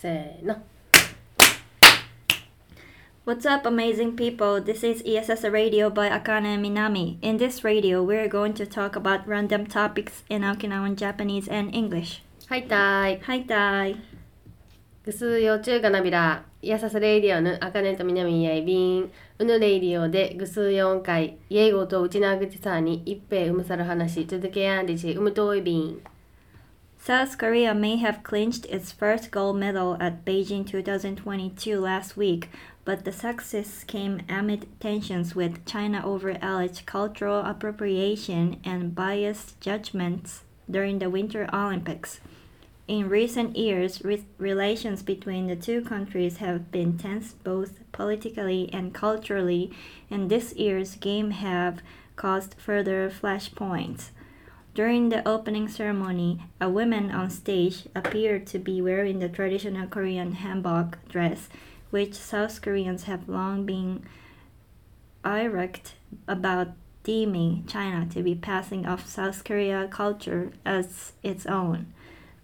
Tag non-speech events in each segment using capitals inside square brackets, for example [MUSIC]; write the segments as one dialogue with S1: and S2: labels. S1: せーの
S2: What's up, amazing people? This is ESS Radio by Akane and Minami. In this radio, we're going to talk about random topics in Okinawan Japanese and English.
S1: はいたーい
S2: Hi, Tai.
S1: ぐすーよちゅうがなびらいやさすレイディオぬあかねとみなみんやいびんうぬレイディオでぐすー4回イエイゴとうちなぐちさにいっぺいうむさる話続けやんりちうむといびん
S2: South Korea may have clinched its first gold medal at Beijing 2022 last week, but the success came amid tensions with China over alleged cultural appropriation and biased judgments during the Winter Olympics. In recent years, re- relations between the two countries have been tense both politically and culturally, and this year's game have caused further flashpoints. During the opening ceremony, a woman on stage appeared to be wearing the traditional Korean hanbok dress, which South Koreans have long been irate about deeming China to be passing off South Korea culture as its own.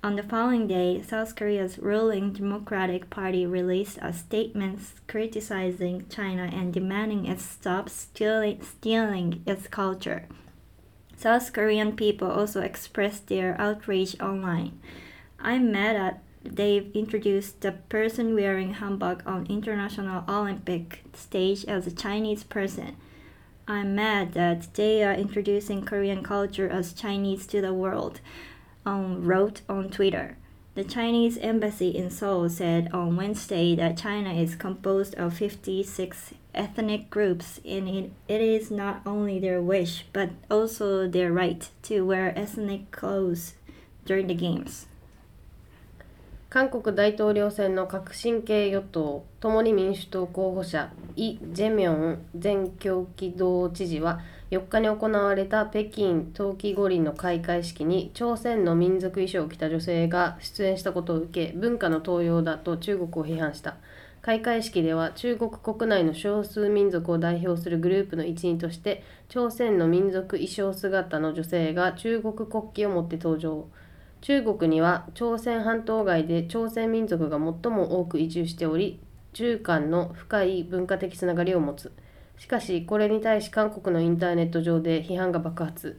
S2: On the following day, South Korea's ruling Democratic Party released a statement criticizing China and demanding it stop stealing, stealing its culture. South Korean people also expressed their outrage online. I'm mad at they've introduced the person wearing hanbok on international Olympic stage as a Chinese person. I'm mad that they are introducing Korean culture as Chinese to the world, um, wrote on Twitter. The Chinese embassy in Seoul said on Wednesday that China is composed of 56 ethnic groups and it, it is not only their wish but also their right to wear ethnic clothes during the games.
S1: 韓国大統領選の革新系与党共に民主党候補者イ・ジェミョン前京畿道知事は4日に行われた北京冬季五輪の開会式に朝鮮の民族衣装を着た女性が出演したことを受け文化の盗用だと中国を批判した開会式では中国国内の少数民族を代表するグループの一員として朝鮮の民族衣装姿の女性が中国国旗を持って登場中国には朝鮮半島外で朝鮮民族が最も多く移住しており中間の深い文化的つながりを持つしかしこれに対し韓国のインターネット上で批判が爆発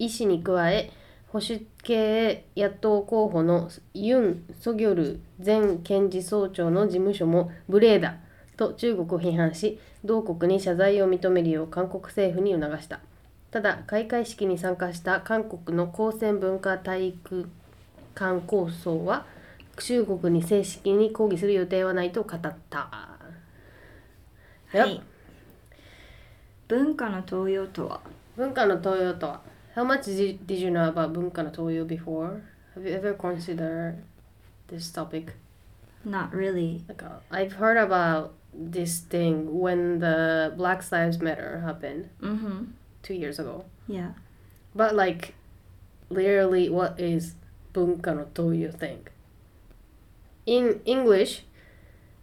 S1: 医師に加え保守系野党候補のユン・ソギョル前検事総長の事務所も無礼だと中国を批判し同国に謝罪を認めるよう韓国政府に促したただ開会式に参加した韓国の高専文化体育館構想は中国に正式に抗議する予定はないと語った。やっ
S2: はい。文化の盗用とは
S1: 文化の盗用とは How much did you- did you know about 文化の盗用 before? Have you ever considered this topic?
S2: Not really.
S1: なんか I've heard about this thing when the Black Lives Matter happened
S2: Mm-hmm.
S1: two years ago.
S2: Yeah.
S1: But like, literally, what is 文化の盗用 thing? In English,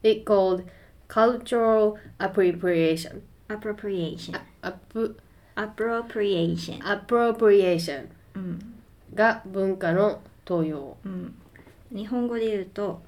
S1: it called cultural appropriation.
S2: Appropriation.
S1: Appro-
S2: Appropriation. Mm.
S1: appropriation
S2: うん。
S1: が文化の盗用。
S2: うん、日本語で言うと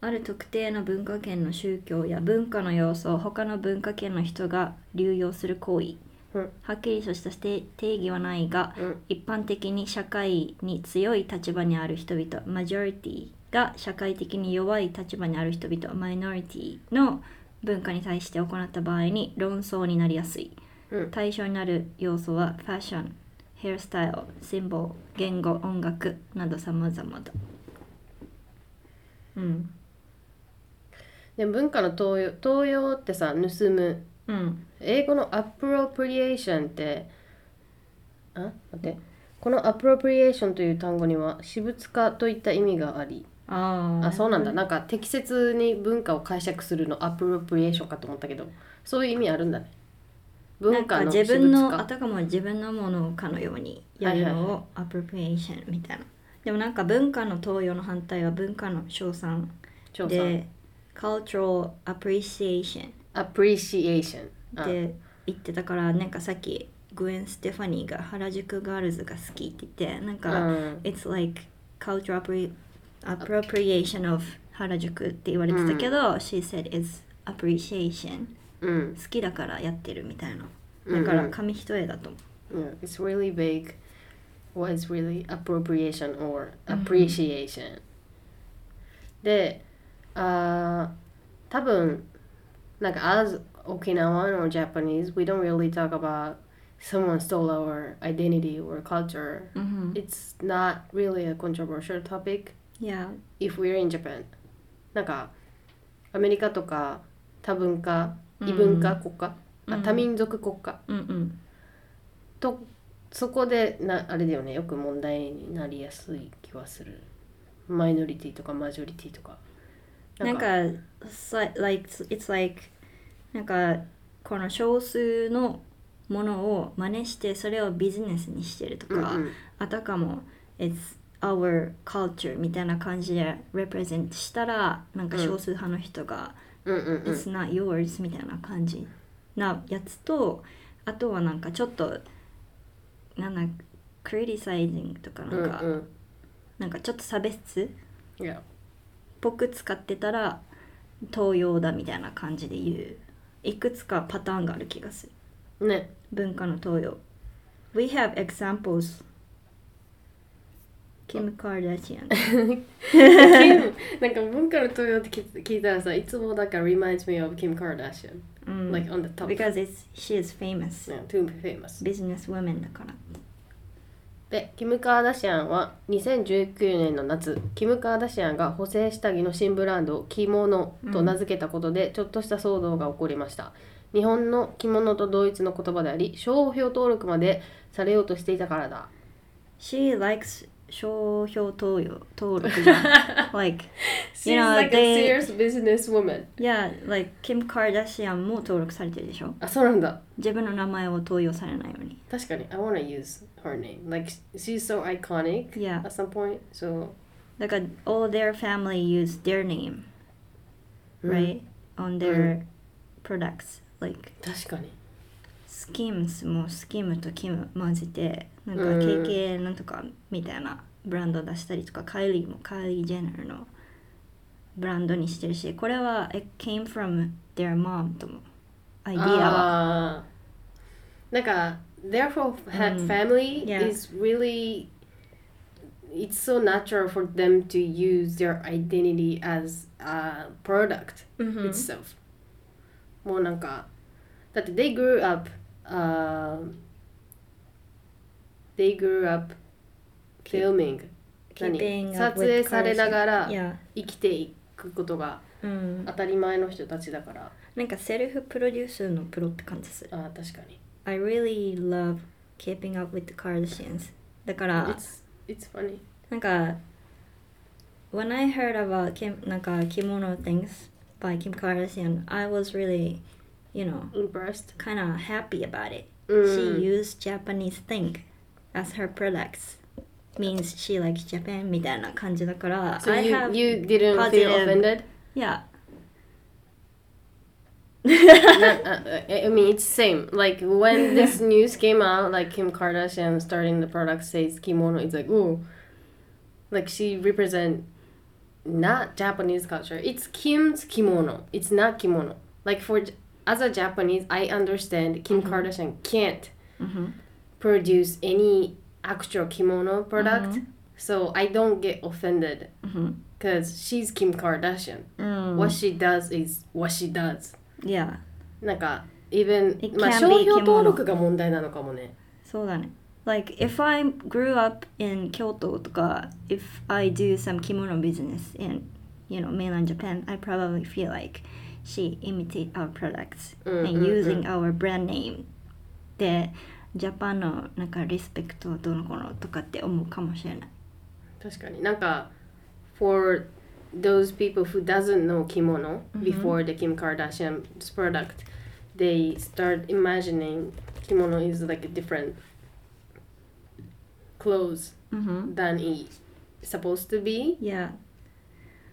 S2: ある特定の文化圏の宗教や文化の要素を他の文化圏の人が流用する行為、
S1: うん
S2: はっきりとした定定義はないが、
S1: うん
S2: 一般的に社会に強い立場にある人々マジョリティが社会的に弱い立場にある人々マイノリティの文化に対して行った場合に論争になりやすい。
S1: うん
S2: 対象になる要素はファッション、ヘアスタイル、シンボル、言語、音楽など様々だ。うん。
S1: で文化の盗用盗用ってさ盗む
S2: うん。
S1: 英語のアプロプリエーションってあ待ってこのアプロプリエーションという単語には私物化といった意味があり
S2: ああ。
S1: あそうなんだなんか適切に文化を解釈するのアプロプリエーションかと思ったけどそういう意味あるんだね
S2: な
S1: 文
S2: ん
S1: 化
S2: か
S1: の
S2: 自
S1: 私
S2: 分
S1: 物
S2: のあ
S1: 化
S2: たかも自分のものかのようにやる
S1: はいはい
S2: のをアプロプリエーションみたいな。でもなんか文化の登用の反対は文化の称賛
S1: 調査
S2: で、cultural appreciation
S1: アプリシエーションあ
S2: って言ってたからなんかさっきグエン・ステファニーが原宿ガールズが好きって言ってなんか、
S1: うん
S2: It's like cultural appro- appropriation of 原宿って言われてたけど、she said it's appreciation
S1: うん
S2: 好きだからやってるみたいな
S1: うんう
S2: だ
S1: ん
S2: から紙一重だと思
S1: Yeah, it's really vague. What is really appropriation or appreciation?、で、あー多分なんか as Okinawan or Japanese, we don't really talk about someone stole our identity or culture.
S2: う、うん、
S1: It's not really a controversial topic
S2: Yeah
S1: if we're in Japan. なんかアメリカとか多文化、異文化国家、あ多民族国家。
S2: うんうん
S1: とそこでなあれだよねよく問題になりやすい気はするマイノリティとかマジョリティとか
S2: なんか it's like- like it's like なんかこの少数のものを真似してそれをビジネスにしてるとか、
S1: うんうん
S2: あたかも It's our culture みたいな感じで represent したらなんか少数派の人が、
S1: うんうんうん
S2: It's not yours みたいな感じなやつとあとはなんかちょっとなんだ criticizing とかなんか、
S1: うんうん
S2: なんかちょっと差別っ
S1: Yeah.
S2: ぽく使ってたら東洋だみたいな感じで言ういくつかパターンがある気がする
S1: ね
S2: [LAUGHS] 文化の東洋 We have examples Kim
S1: [LAUGHS]
S2: Kardashian
S1: なんか文化の東洋って聞聞いたらさいつもなんか reminds me of Kim Kardashian、
S2: うん、
S1: like on the top
S2: because it's she is famous、
S1: yeah, too famous
S2: business woman だから
S1: でキム・カーダシアンは2019年の夏キム・カーダシアンが補正下着の新ブランドを着物と名付けたことでちょっとした騒動が起こりました、日本の着物と同一の言葉であり商標登録までされようとしていたからだ
S2: she likes 商標登録登録じゃん like You know,
S1: like a
S2: they-
S1: serious businesswoman
S2: yeah like Kim Kardashian も登録されてるでしょ
S1: あそうなんだ
S2: 自分の名前を登用されないように
S1: 確かに I wanna use her name like she's so iconic
S2: yeah
S1: at some point so
S2: だから all their family use their name
S1: うん
S2: right on their products like
S1: 確かに
S2: スキムスもスキムとキム混ぜてなんか
S1: うん
S2: KK なんとかみたいなブランド出したりとかカイリーもカイリー・ジェネルのブランドにしてるしこれは It came from their mom ともアイディアは
S1: あー Ah. なんか therefore fa-
S2: うん
S1: family
S2: Yeah.
S1: is really it's so natural for them to use their identity as a product
S2: うん
S1: itself もうなんかだって they grew up、um they grew up filming 何
S2: Keeping up
S1: 撮
S2: with
S1: 影されなが
S2: culture
S1: ら
S2: Yeah
S1: 生きていくことが
S2: うん
S1: 当たり前の人たちだから
S2: なんかセルフプロデュースのプロって感じする
S1: あー確かに
S2: I really love keeping up with the Kardashians だから
S1: It's, it's funny
S2: なんか、when I heard about Kim, なんか着物 things by Kim Kardashian, I was really, you know,
S1: impressed.
S2: kind of happy about it. She
S1: うん
S2: used Japanese thing as her products. Means she likes Japan みたいな感じだから、
S1: So
S2: I
S1: you,
S2: have,
S1: you didn't feel
S2: positive- [LAUGHS]
S1: offended?
S2: yeah. [LAUGHS]
S1: Not, uh, I I mean, it's same. Like when this news came out, like Kim Kardashian starting the product says kimono, it's like ooh, like she represent not Japanese culture. It's Kim's kimono. It's not kimono. Like for J- as a Japanese, I understand Kim
S2: Mm-hmm.
S1: Kardashian can't
S2: Mhm.
S1: produce any actual kimono product.
S2: Mhm.
S1: So I don't get offended
S2: うん。
S1: because she's Kim Kardashian.
S2: うん。
S1: What she does is what she does.
S2: Mm. Yeah.
S1: なんか、even
S2: It、
S1: まあ、
S2: can be
S1: 商標
S2: 着物
S1: 登録が問題なのかもね。
S2: そうだね。Like, if I grew up in Kyoto とか、if I do some kimono business in, you know, mainland Japan, I probably feel like she imitate our products
S1: うん
S2: and
S1: うんうん
S2: using our brand name で、ジャパンのなんかリスペクトはどうのこうのとかって思うかもしれない。
S1: 確かになんか、for those people who doesn't know kimono before the Kim Kardashian's product, they start imagining kimono is like a different clothes
S2: うん。
S1: than it supposed to be.
S2: いや、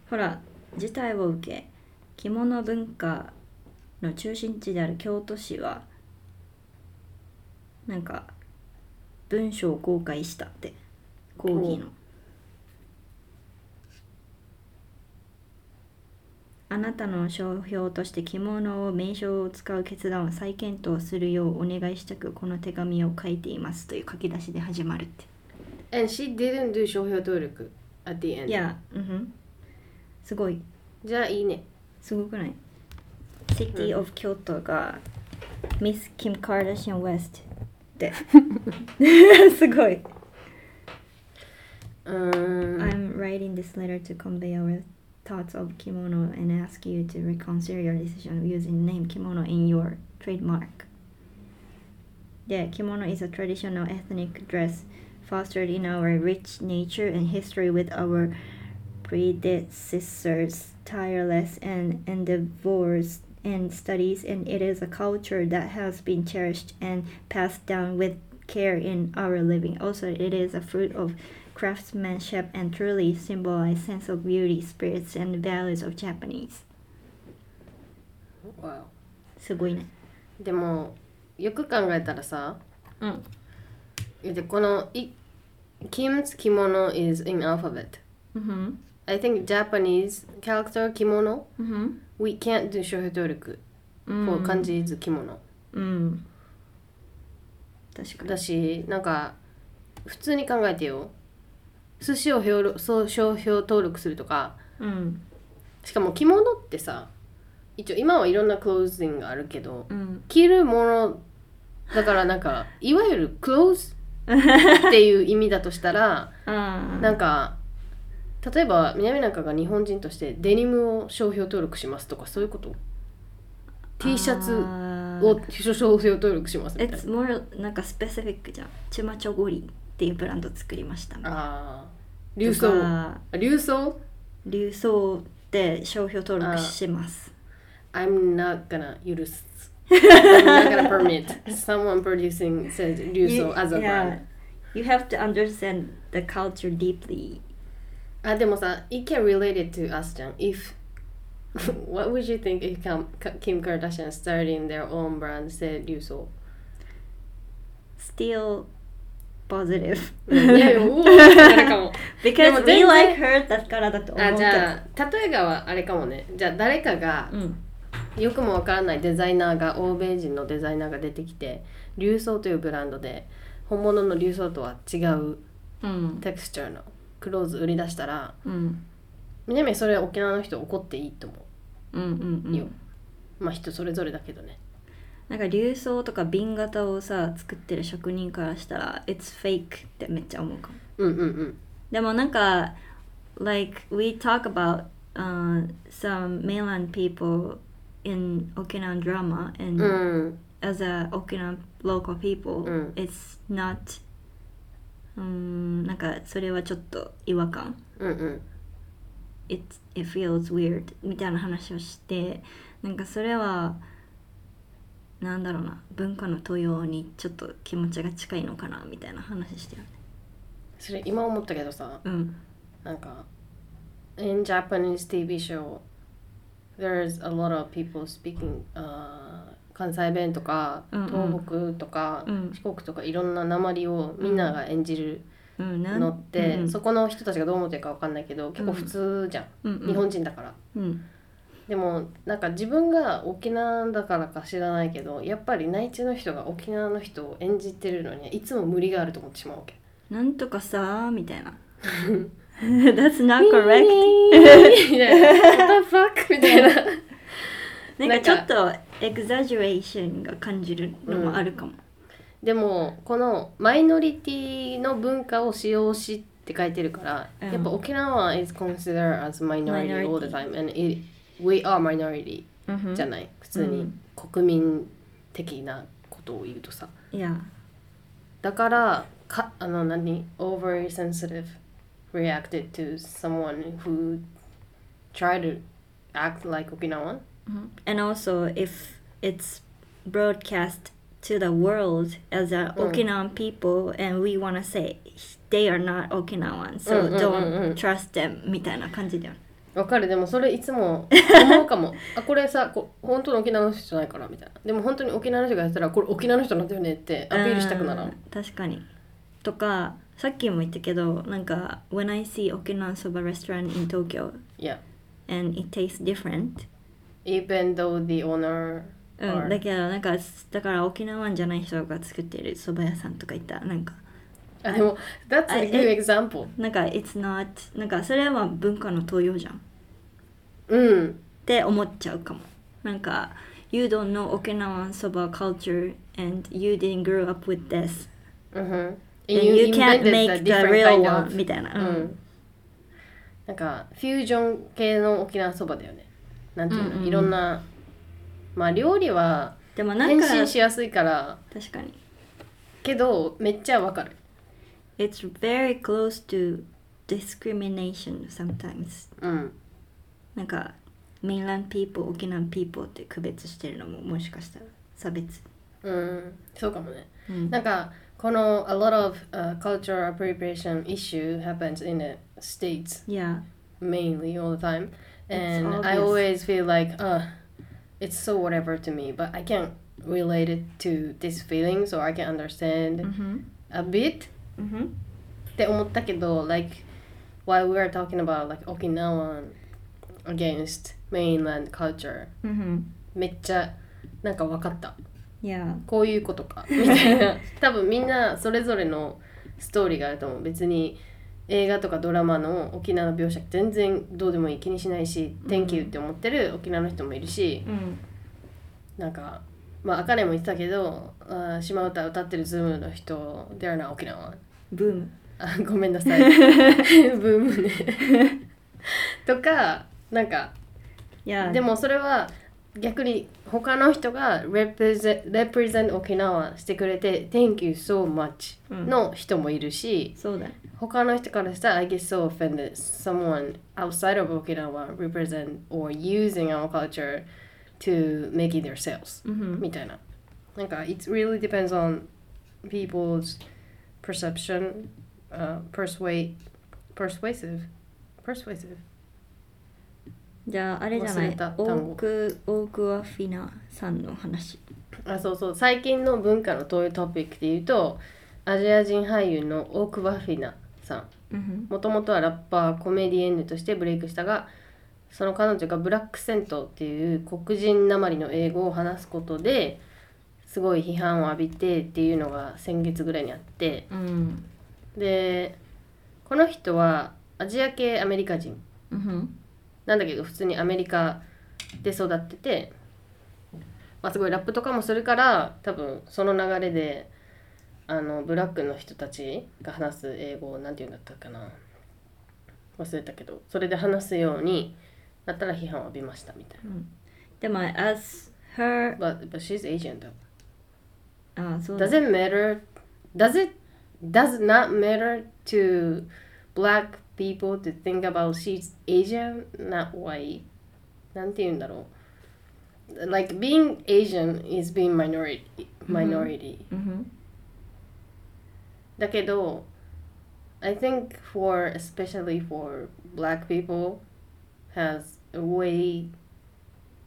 S2: ほら、事態を受け、着物文化の中心地である京都市は、なんか、文章を公開したって、抗議の。あなたの商標として着物を名称を使う決断を再検討するようお願いしたくこの手紙を書いていますという書き出しで始まるって。
S1: And she didn't do 商標登録 at the end.
S2: いや、うんふん、すごい、
S1: じゃあいいね。
S2: すごくない ?City of Kyoto が Miss Kim Kardashian West で。 [LAUGHS] すごい。
S1: うーん。
S2: I'm writing this letter to convey our thoughts of kimono and ask you to reconsider your decision of using name kimono in your trademark. Yeah, kimono is a traditional ethnic dress fostered in our rich nature and history with our predecessors' tireless and endeavors and studies, and it is a culture that has been cherished and passed down with care in our living. Also, it is a fruit of craftsmanship and truly symbolize sense of beauty, spirits, and values of Japanese.
S1: Wow.
S2: すごいね。
S1: でもよく考えたらさ、
S2: うん。
S1: でこのい Kim's kimono is in alphabet.
S2: うん。
S1: I think Japanese character kimono
S2: うん。
S1: we can't do 商標登録 for 漢字 is 着物。
S2: うん。確かに。
S1: だしなんか普通に考えてよ寿司を表ろそう商標登録するとか
S2: うん。
S1: しかも着物ってさ一応今はいろんなクローズンがあるけど
S2: うん。
S1: 着るものだからなんかいわゆるクローズっていう意味だとしたら
S2: ああ。
S1: なんか例えば南なんかが日本人としてデニムを商標登録しますとかそういうこと T シャツ
S2: を
S1: を商標登録しますみたいな
S2: It's more なんかスペシフィックじゃん。チュマチョゴリっていうブランド作りました。
S1: あー流
S2: とか
S1: 装流装
S2: 流送で商標登録します。
S1: I'm not gonna 許
S2: [LAUGHS]
S1: す I'm not gonna permit someone producing said
S2: You-
S1: Ryuso as a
S2: yeah.
S1: brand
S2: You have to understand the culture deeply.
S1: あでもさ it can relate it to us じゃん if [LAUGHS] what would you think if Kim- Kim Kardashian starting their own brand said Ryuso
S2: Still positive.
S1: い
S2: [LAUGHS]
S1: やいやおおれかもでも
S2: Because
S1: 全
S2: we
S1: 然
S2: like her だからだと思
S1: あ
S2: う
S1: じ
S2: けど。
S1: ゃあ例えばあれかもねじゃあ誰かが
S2: うん。
S1: よくもわからないデザイナーが欧米人のデザイナーが出てきて流装というブランドで本物の流装とは違う
S2: うん。
S1: テクスチャーのクローズ売り出したら
S2: うん。
S1: 南それ沖縄の人怒っていいと思
S2: うんうんう
S1: いいよ
S2: ん。
S1: うまあ人それぞれだけどね
S2: なんか流装とか瓶型をさ作ってる職人からしたら It's fake ってめっちゃ思うかも。
S1: うんうんうん
S2: でもなんか like we talk about、uh, some mainland people in Okinawan drama
S1: う
S2: and、
S1: ん
S2: as a Okinawan local people、
S1: うん
S2: it's not うーんなんかそれはちょっと違和感。
S1: うん
S2: it, it feels weird みたいな話をしてなんかそれはなんだろうな文化の登用にちょっと気持ちが近いのかなみたいな話してるね
S1: それ今思ったけどさ
S2: うん
S1: なんか In Japanese TV show there's a lot of people speaking、uh, 関西弁とか
S2: うんうん
S1: 東北とか、
S2: うん
S1: 四国とかいろんな鉛をみんなが演じる
S2: うんなん
S1: のって、
S2: うん
S1: そこの人たちがどう思ってるかわかんないけど結構普通じゃん、
S2: うんうん
S1: 日本人だから
S2: うん
S1: でもなんか自分が沖縄だからか知らないけどやっぱり内地の人が沖縄の人を演じてるのにいつも無理があると思ってしまうわけ。
S2: なんとかさーみたい [LAUGHS] な That's not correct
S1: みた [LAUGHS] いな What the fuck? みたいな。
S2: なんかちょっとエグザジュエーションが感じるのもあるかも、
S1: でもこのマイノリティの文化を使用しって書いてるから、
S2: うん
S1: やっぱ沖縄 is considered as minority
S2: Minority
S1: all the time and it, we are minority
S2: うん
S1: じゃない普通
S2: う
S1: に
S2: ん
S1: 国民的なことを言うとさ。
S2: いや
S1: だからかあの何 oversensitive reacted to someone who tried to act like Okinawan
S2: And also, if it's broadcast to the world as a
S1: Mm.
S2: Okinawan people, and we want to say they are not Okinawan, so
S1: うんうんうんうん
S2: don't trust them みたいな感じ
S1: Uh,
S2: だよね。
S1: わかるでもそれいつ
S2: [LAUGHS]
S1: も思うかもあこれさこ本当の沖縄の人じゃないからみたいなでも本当に沖縄の人がやったらこれ沖縄の人なんだよねってアピールしたくなら
S2: うん
S1: ん
S2: Uh, 確かに。とか、さっきも言ったけど、なんか、when I see Okinawan soba restaurant in Tokyo
S1: いや
S2: and and it tastes different.
S1: even though the owner
S2: うん、
S1: or-
S2: だけどなんかだから沖縄じゃない人が作ってる蕎麦屋さんとか行ったなんか
S1: あでも that's
S2: あ
S1: a
S2: え
S1: good example
S2: なんか it's not なんかそれは文化の東洋じゃんっ
S1: うん
S2: て思っちゃうかもなんか you don't know Okinawan soba culture and you didn't grow up with this
S1: うんふん and
S2: and you can't
S1: invented
S2: make the
S1: different
S2: real
S1: kind of-
S2: one みたいな、
S1: う
S2: うん
S1: んなんかフュージョン系の沖縄そばだよねなんていうの、
S2: うんうんうん
S1: いろんなまあ料理は
S2: でもなん
S1: 変
S2: か
S1: 身しやすいから
S2: 確かに
S1: けどめっちゃわかる
S2: It's very close to discrimination sometimes
S1: うん
S2: なんか mainland people 沖縄 people って区別してるのももしかしたら差別、
S1: うんそうかもね
S2: うん
S1: なんかこの a lot of、uh, cultural appropriation issue happens in the states
S2: Yeah
S1: mainly all the time
S2: It's
S1: and I always
S2: obvious.
S1: feel like uh it's so whatever to me but I can't relate it to this feeling so I can understand a bit って思ったけど like while we were talking about like Okinawan against mainland culture めっちゃなんか分かった
S2: Yeah
S1: こういうことかみたいな [LAUGHS] 多分みんなそれぞれのストーリーがあると思う別に映画とかドラマの沖縄の描写全然どうでもいい気にしないし「天気 n って思ってる沖縄の人もいるしなんかまああかねも言ってたけど「あー島唄歌ってるズームの人 They're not 沖縄」 [LAUGHS]
S2: ブーム
S1: あごめんなさいブームねとかなんか
S2: Yeah
S1: でもそれは逆に他の人が represent, represent 沖縄してくれて Thank you so much
S2: うん
S1: の人もいるし、
S2: そうだね
S1: 他の人からしたら I get so offended someone outside of 沖縄 represent or using our culture to make it themselves、みたいななんか it really depends on people's perception、uh, persuade persuasive persuasive
S2: じゃああれじゃな
S1: 忘れ
S2: い
S1: た単語
S2: オークオークワフィナさんの話
S1: あそうそう最近の文化の遠いトピックで言うとアジア人俳優のオーク・バフィナさんもともとはラッパーコメディエンヌとしてブレイクしたがその彼女がブラックセントっていう黒人なまりの英語を話すことですごい批判を浴びてっていうのが先月ぐらいにあって
S2: うん
S1: でこの人はアジア系アメリカ人
S2: うん
S1: なんだけど普通にアメリカで育ってて、まあ、すごいラップとかもするから多分その流れであのブラックの人たちが話す英語を何て言うんだったかな忘れたけどそれで話すようになったら批判を浴びましたみたい
S2: でも as her
S1: な。But, but she's Asian though.
S2: あそうだ
S1: Does it matter? Does it does not matter to black people to think about she's Asian, not white? なんて言うんだろう Like being Asian is being minority. minority.、
S2: うん
S1: だけど I think for especially for black people has a way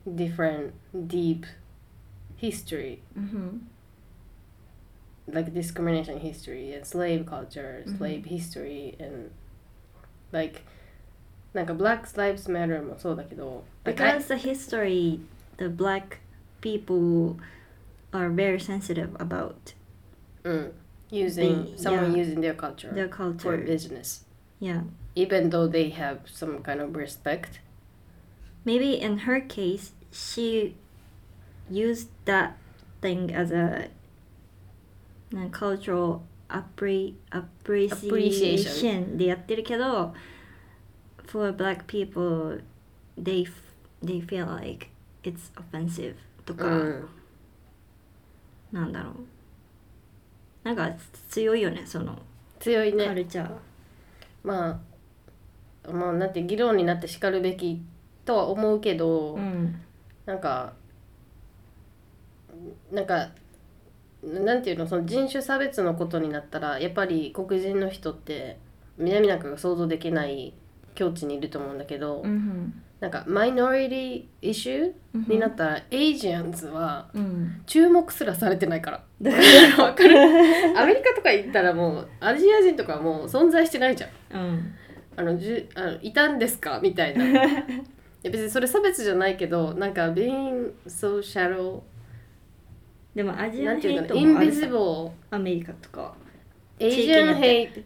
S1: different deep history
S2: うん、
S1: like discrimination history and slave culture,
S2: Mhm.
S1: slave history and like なんか Black Lives Matter もそうだけど like, I-
S2: Because the history, the black people are very sensitive about
S1: うん、using
S2: They-
S1: someone
S2: yeah.
S1: using their culture
S2: their
S1: for
S2: culture.
S1: business
S2: Yeah.
S1: even though they have some kind of respect
S2: Maybe in her case, she used that thing as a, a cultural appre- appreciation でやってるけど for black people, they, f- they feel like it's offensive
S1: Mm.
S2: とか、
S1: うん
S2: なんだろうなんか強いよねその
S1: 強い
S2: カ
S1: ね
S2: ルチャー、
S1: まあまあなんて議論になってしかるべきとは思うけど、
S2: ん
S1: なんかなんかなんていうのその人種差別のことになったらやっぱり黒人の人って南なんかが想像できない境地にいると思うんだけど、
S2: ん
S1: なんかマイノリティイシューになったら、エイジアンズは
S2: うん
S1: 注目すらされてないから
S2: だ
S1: [LAUGHS]
S2: か
S1: わかる [LAUGHS] アメリカとか行ったらもうアジア人とか
S2: [LAUGHS]
S1: もう存在してないじゃん
S2: うん
S1: あのじゅあのいたんですかみたいなや別にそれ差別じゃないけどなんか being so shallow
S2: でもアジ
S1: な
S2: アン
S1: んて
S2: ヘ
S1: いう
S2: イ
S1: か
S2: ト
S1: なイ
S2: も
S1: ン
S2: あ
S1: ビ
S2: る
S1: ジ
S2: さ
S1: ブル
S2: アメリカと [LAUGHS] か
S1: Asian
S2: 地
S1: hate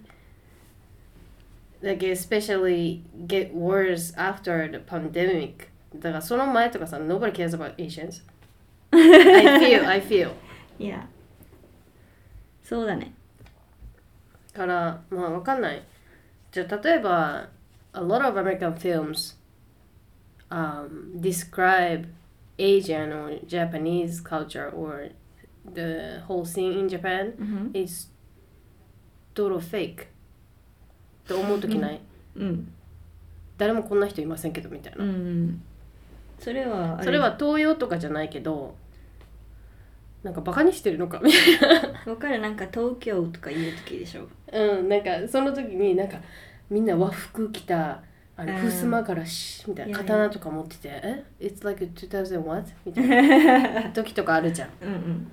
S1: like especially get worse after the pandemic だからその前とかさ nobody cares about Asians I feel I feel
S2: いやそうだね
S1: からまあわかんないじゃあ例えば a lot of American films、um, describe Asian or Japanese culture or the whole scene in Japan
S2: うん
S1: is total fake って思う時ない
S2: うん
S1: 誰もこんな人いませんけどみたいな、
S2: うんそれはあ
S1: それは東洋とかじゃないけどなんかバカにしてるのかみたい
S2: [LAUGHS] わかるなんか東京とか言う時でしょ
S1: なうんなんかその時になんかみんな和服着たあの
S2: うん
S1: 襖からしみたい
S2: い
S1: な
S2: やいや
S1: 刀とか持ってて「え It's like 2000 what?」みた
S2: [LAUGHS] う
S1: い
S2: ん
S1: な時とかあるじゃ
S2: うん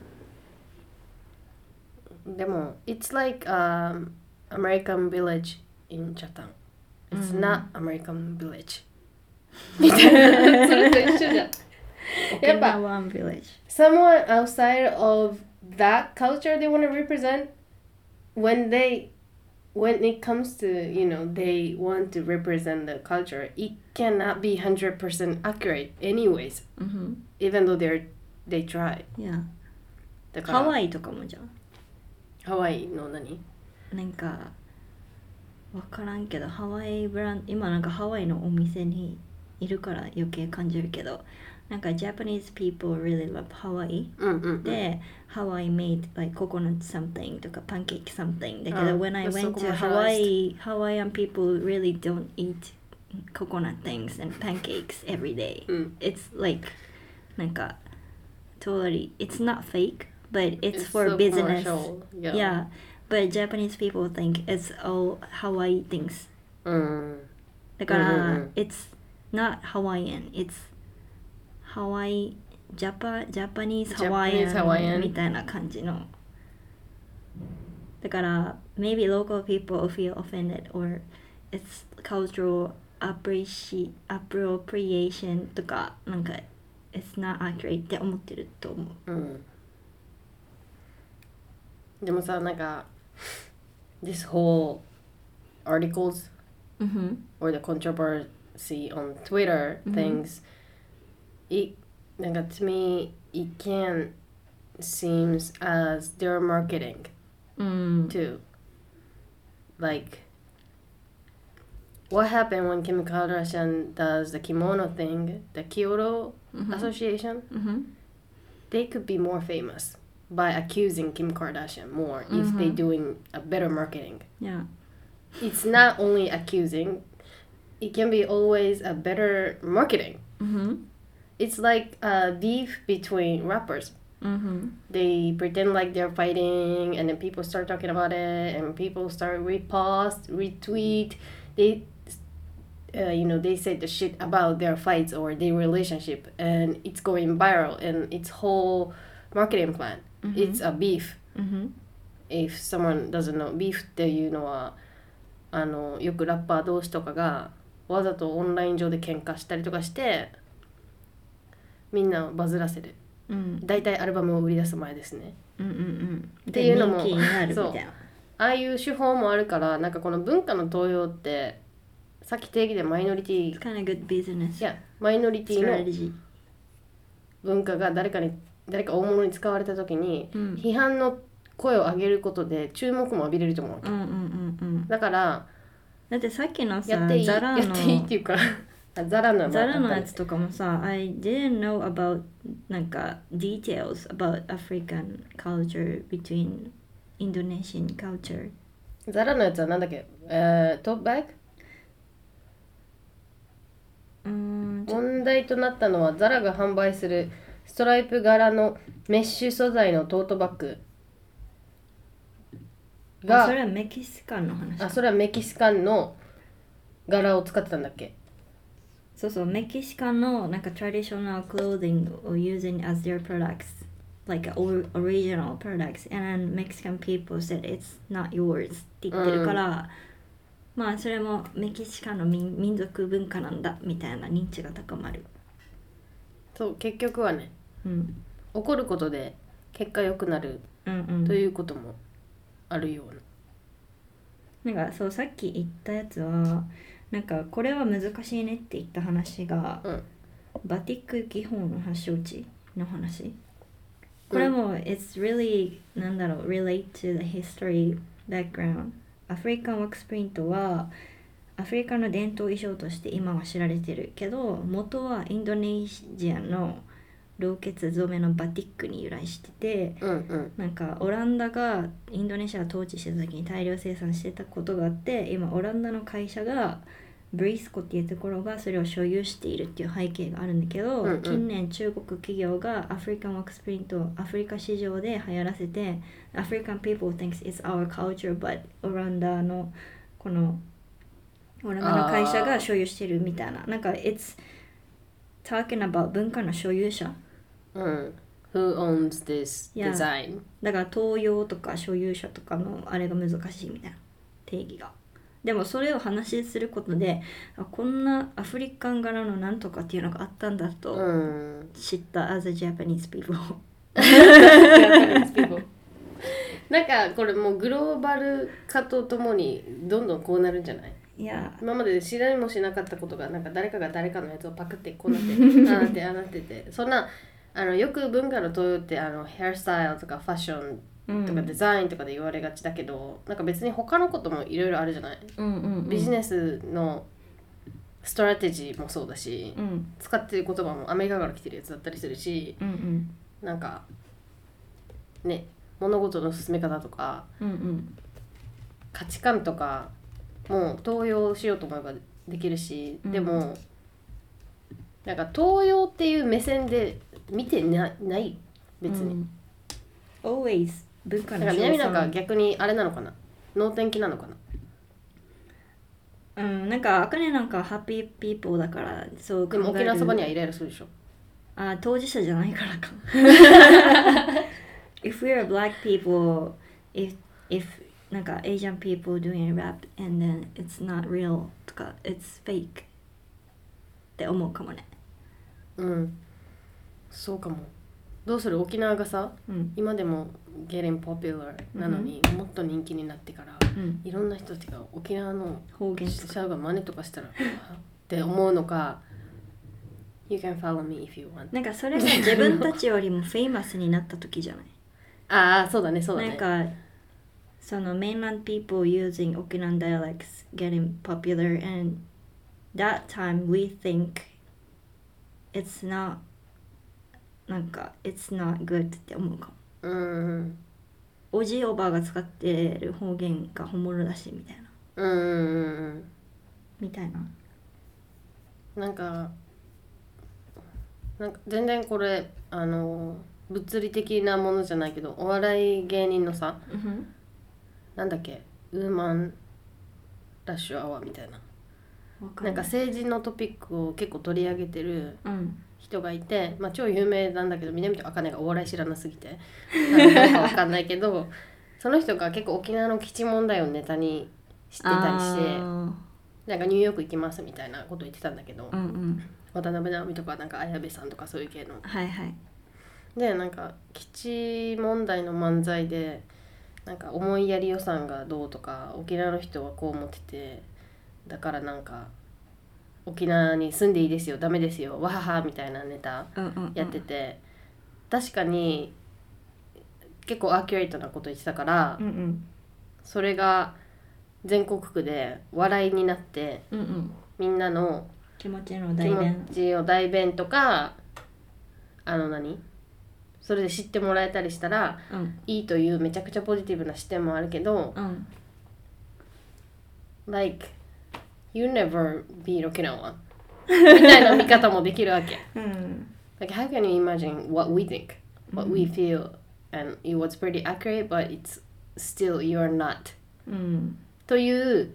S1: んでも「It's like、um, American village in Japan It's
S2: うん
S1: not American village」みたいなそれと一緒じゃんやっぱ
S2: Okinawa village
S1: someone outside of that culture they want to represent when they when it comes to you know they want to represent the culture it cannot be 100% accurate anyways
S2: うん
S1: even though they're they try
S2: いや
S1: だから
S2: ハワイとかもじゃん
S1: ハワイの何
S2: なんかわからんけどハワイブランド今なんかハワイのお店にいるから余計感じるけどなんか Japanese people really love Hawaii
S1: うんうんうん
S2: で、Hawaii made like coconut something とか pancake something だけ
S1: あ
S2: ど when I
S1: そ
S2: went
S1: こも
S2: to
S1: ハワイ
S2: Hawaii Hawaiian people really don't eat coconut things and pancakes every day
S1: うん
S2: it's like なんか totally it's not fake but it's,
S1: It's
S2: for
S1: so
S2: business
S1: commercial.
S2: yeah. but Japanese people think it's all Hawaii things
S1: うん
S2: だから、
S1: うんうんうん。
S2: it's not Hawaiian it's Hawaii Japa, Japanese Hawaiian,
S1: Japanese Hawaiian.
S2: みたいな感じのだから maybe local people feel offended or it's cultural appreci- appropriation とかなんか it's not accurate って思ってると思う
S1: うんでもさなんか this whole articles
S2: うんふん
S1: or the controversy on Twitter
S2: Mhm.
S1: things, it like to me it can seems as their marketing
S2: うん
S1: too. Like what happened when Kim Kardashian does the kimono thing, the Kyoto
S2: うんふん
S1: Association?
S2: うんふん
S1: They could be more famous by accusing Kim Kardashian more if they
S2: Mhm.
S1: doing a better marketing.
S2: yeah
S1: It's not only accusing; it can be always a better marketing.
S2: うんふん
S1: It's like a beef between rappers.
S2: うんふん
S1: They pretend like they're fighting, and then people start talking about it, and people start repost, retweet. They, uh, you know, they say the shit about their fights or their relationship, and it's going viral. And it's whole marketing plan.
S2: Mhm.
S1: It's a beef.
S2: うんふん
S1: if someone doesn't know beef っていうのはあのよくラッパー同士とかがわざとオンライン上で喧嘩したりとかしてみんなをバズらせる
S2: うん
S1: 大体アルバムを売り出す前ですね
S2: うんうんうん
S1: っ
S2: ってて
S1: い
S2: いうう
S1: の
S2: の
S1: も
S2: も人気になるみたいな
S1: ああいう手法もあるからなんかこの文化の盗用ってさっき定義でマイノリティ
S2: It's kind of good business
S1: いやマイノリティの
S2: strategy
S1: 文化が誰かに誰か大物に使われた時に
S2: うん
S1: 批判の声を上げることで注目も浴びれると思う
S2: うんうんうんうん
S1: だから
S2: だってさっきのさ
S1: やっていい
S2: ザラ
S1: やっていいっ
S2: の
S1: ていうか [LAUGHS] あザラの
S2: ザラのやつとかもさ I didn't know about なんか details about African culture between Indonesian culture
S1: ザラのやつはなんだっけ、えー、トートバッグ
S2: うーんちょ
S1: 問題となったのはザラが販売するストライプ柄のメッシュ素材のトートバッグが
S2: あそれはメキシカンの話
S1: あそれはメキシカンの柄を使ってたんだっけ
S2: そうそうメキシカンのなんか traditional clothing を using as their products like or, original products and then Mexican people said it's not yours って言ってるから、まあそれもメキシカの民民族文化なんだみたいな認知が高まる、
S1: そう結局はね
S2: うん、
S1: 怒ることで結果良くなる
S2: うんう
S1: と
S2: ん
S1: いうこともあるような、
S2: なんかそうさっき言ったやつはなんかこれは難しいねって言った話が、
S1: うん
S2: バティック技法の発祥地の話これも、it's really なんだろう relate to the history background アフリカンワックスプリントはアフリカの伝統衣装として今は知られてるけど元はインドネシアの老血染めのバティックに由来してて
S1: うんうん
S2: なんかオランダがインドネシアを統治してた時に大量生産してたことがあって今オランダの会社がブリスコっていうところがそれを所有しているっていう背景があるんだけど、
S1: うんうん
S2: 近年中国企業がアフリカンワークスプリントをアフリカ市場で流行らせてアフリカン people thinks it's our culture but オランダのこのオランダの会社が所有してるみたいななんか it's talking about 文化の所有者
S1: うん。Who owns this
S2: Yeah.
S1: design?
S2: だから東洋とか所有者とかのあれが難しいみたいな定義がでもそれを話しすることであこんなアフリカン柄のなんとかっていうのがあったんだ
S1: う
S2: と
S1: ん。
S2: 知った as a Japanese people
S1: なんかこれもうグローバル化とともにどんどんこうなるんじゃ [LAUGHS] ない
S2: いや
S1: 今まで知らにもしなかったことがなんか誰かが誰かのやつをパクってこうなってああなってああなっててそんなあのよく文化の東洋ってあのヘアスタイルとかファッション
S2: うん
S1: とかデザインとかで言われがちだけど、なんか別に他のこともいろいろあるじゃない
S2: うんうんうん
S1: ビジネスのストラテジーもそうだし、
S2: うん
S1: 使ってる言葉もアメリカから来てるやつだったりするし
S2: うんうん
S1: なんかね物事の進め方とか
S2: うんうん
S1: 価値観とかも東洋しようと思えばできるし、
S2: うん
S1: でもなんか東洋っていう目線で見てなない別に、
S2: うん always 文化
S1: だか
S2: の
S1: ら
S2: 称
S1: 南なんか
S2: 賛
S1: 逆にあれなのかな能天気なのかな
S2: うんなんかあかねなんかハッピーピーポーだからそう
S1: で
S2: 考え
S1: も
S2: る
S1: 沖縄そばにはイライラするでしょ
S2: あ当事者じゃないから [LAUGHS] か。if we are black people, if, if なんか Asian people doing rap and then it's not real とか it's fake って思うかもね。
S1: うんそうかもどうする沖縄がさ
S2: うん。
S1: 今でも getting popular なのに、もっと人気になってから
S2: うん、
S1: いろんな人たちが沖縄の
S2: 方言と [LAUGHS]
S1: シ
S2: か。
S1: ャウが真似とかしたらって思うのか You can follow me if you want
S2: なんかそれが自分たちよりもフェイマスになった時じゃない
S1: ああそうだねそうだね
S2: なんかその mainland people using Okinawan dialects getting popular and that time we think it's not なんか it's not good って思うかも
S1: うーん
S2: おじいおばあが使ってる方言が本物だしみたいな
S1: うーん
S2: みたいな
S1: なんかなんか全然これあの物理的なものじゃないけどお笑い芸人のさ
S2: うん
S1: なんだっけウーマンラッシュアワーみたいな
S2: わか
S1: なん
S2: る
S1: か政治のトピックを結構取り上げてる
S2: うん
S1: 人がいて、まあ、超有名なんだけど南と茜がお笑い知らなすぎてなんかわかんないけど [LAUGHS] その人が結構沖縄の基地問題をネタにしてたりして
S2: あ
S1: なんかニューヨーク行きますみたいなこと言ってたんだけど、
S2: ーうんうん
S1: 渡辺直美とかなんか綾部さんとかそういう系の。
S2: はいはい
S1: でなんか基地問題の漫才でなんか思いやり予算がどうとか沖縄の人はこう思っててだからなんか沖縄に住んでいいですよダメですよわははみたいなネタ。
S2: うんうんうん
S1: やってて、確かに結構アキュレートなこと言ってたから、
S2: うんうん
S1: それが全国区で笑いになって
S2: うんうん
S1: みんなの
S2: 気持ちの
S1: 気
S2: 代
S1: 持
S2: 弁
S1: ちを代弁とかあの何それで知ってもらえたりしたら
S2: うん
S1: いいというめちゃくちゃポジティブな視点もあるけど
S2: うん
S1: like you never be Okinawan みたいな見方もできるわけ。
S2: うん、
S1: Like, how can you imagine what we think, what we feel, and it was pretty accurate, but it's still you're not.
S2: うん
S1: という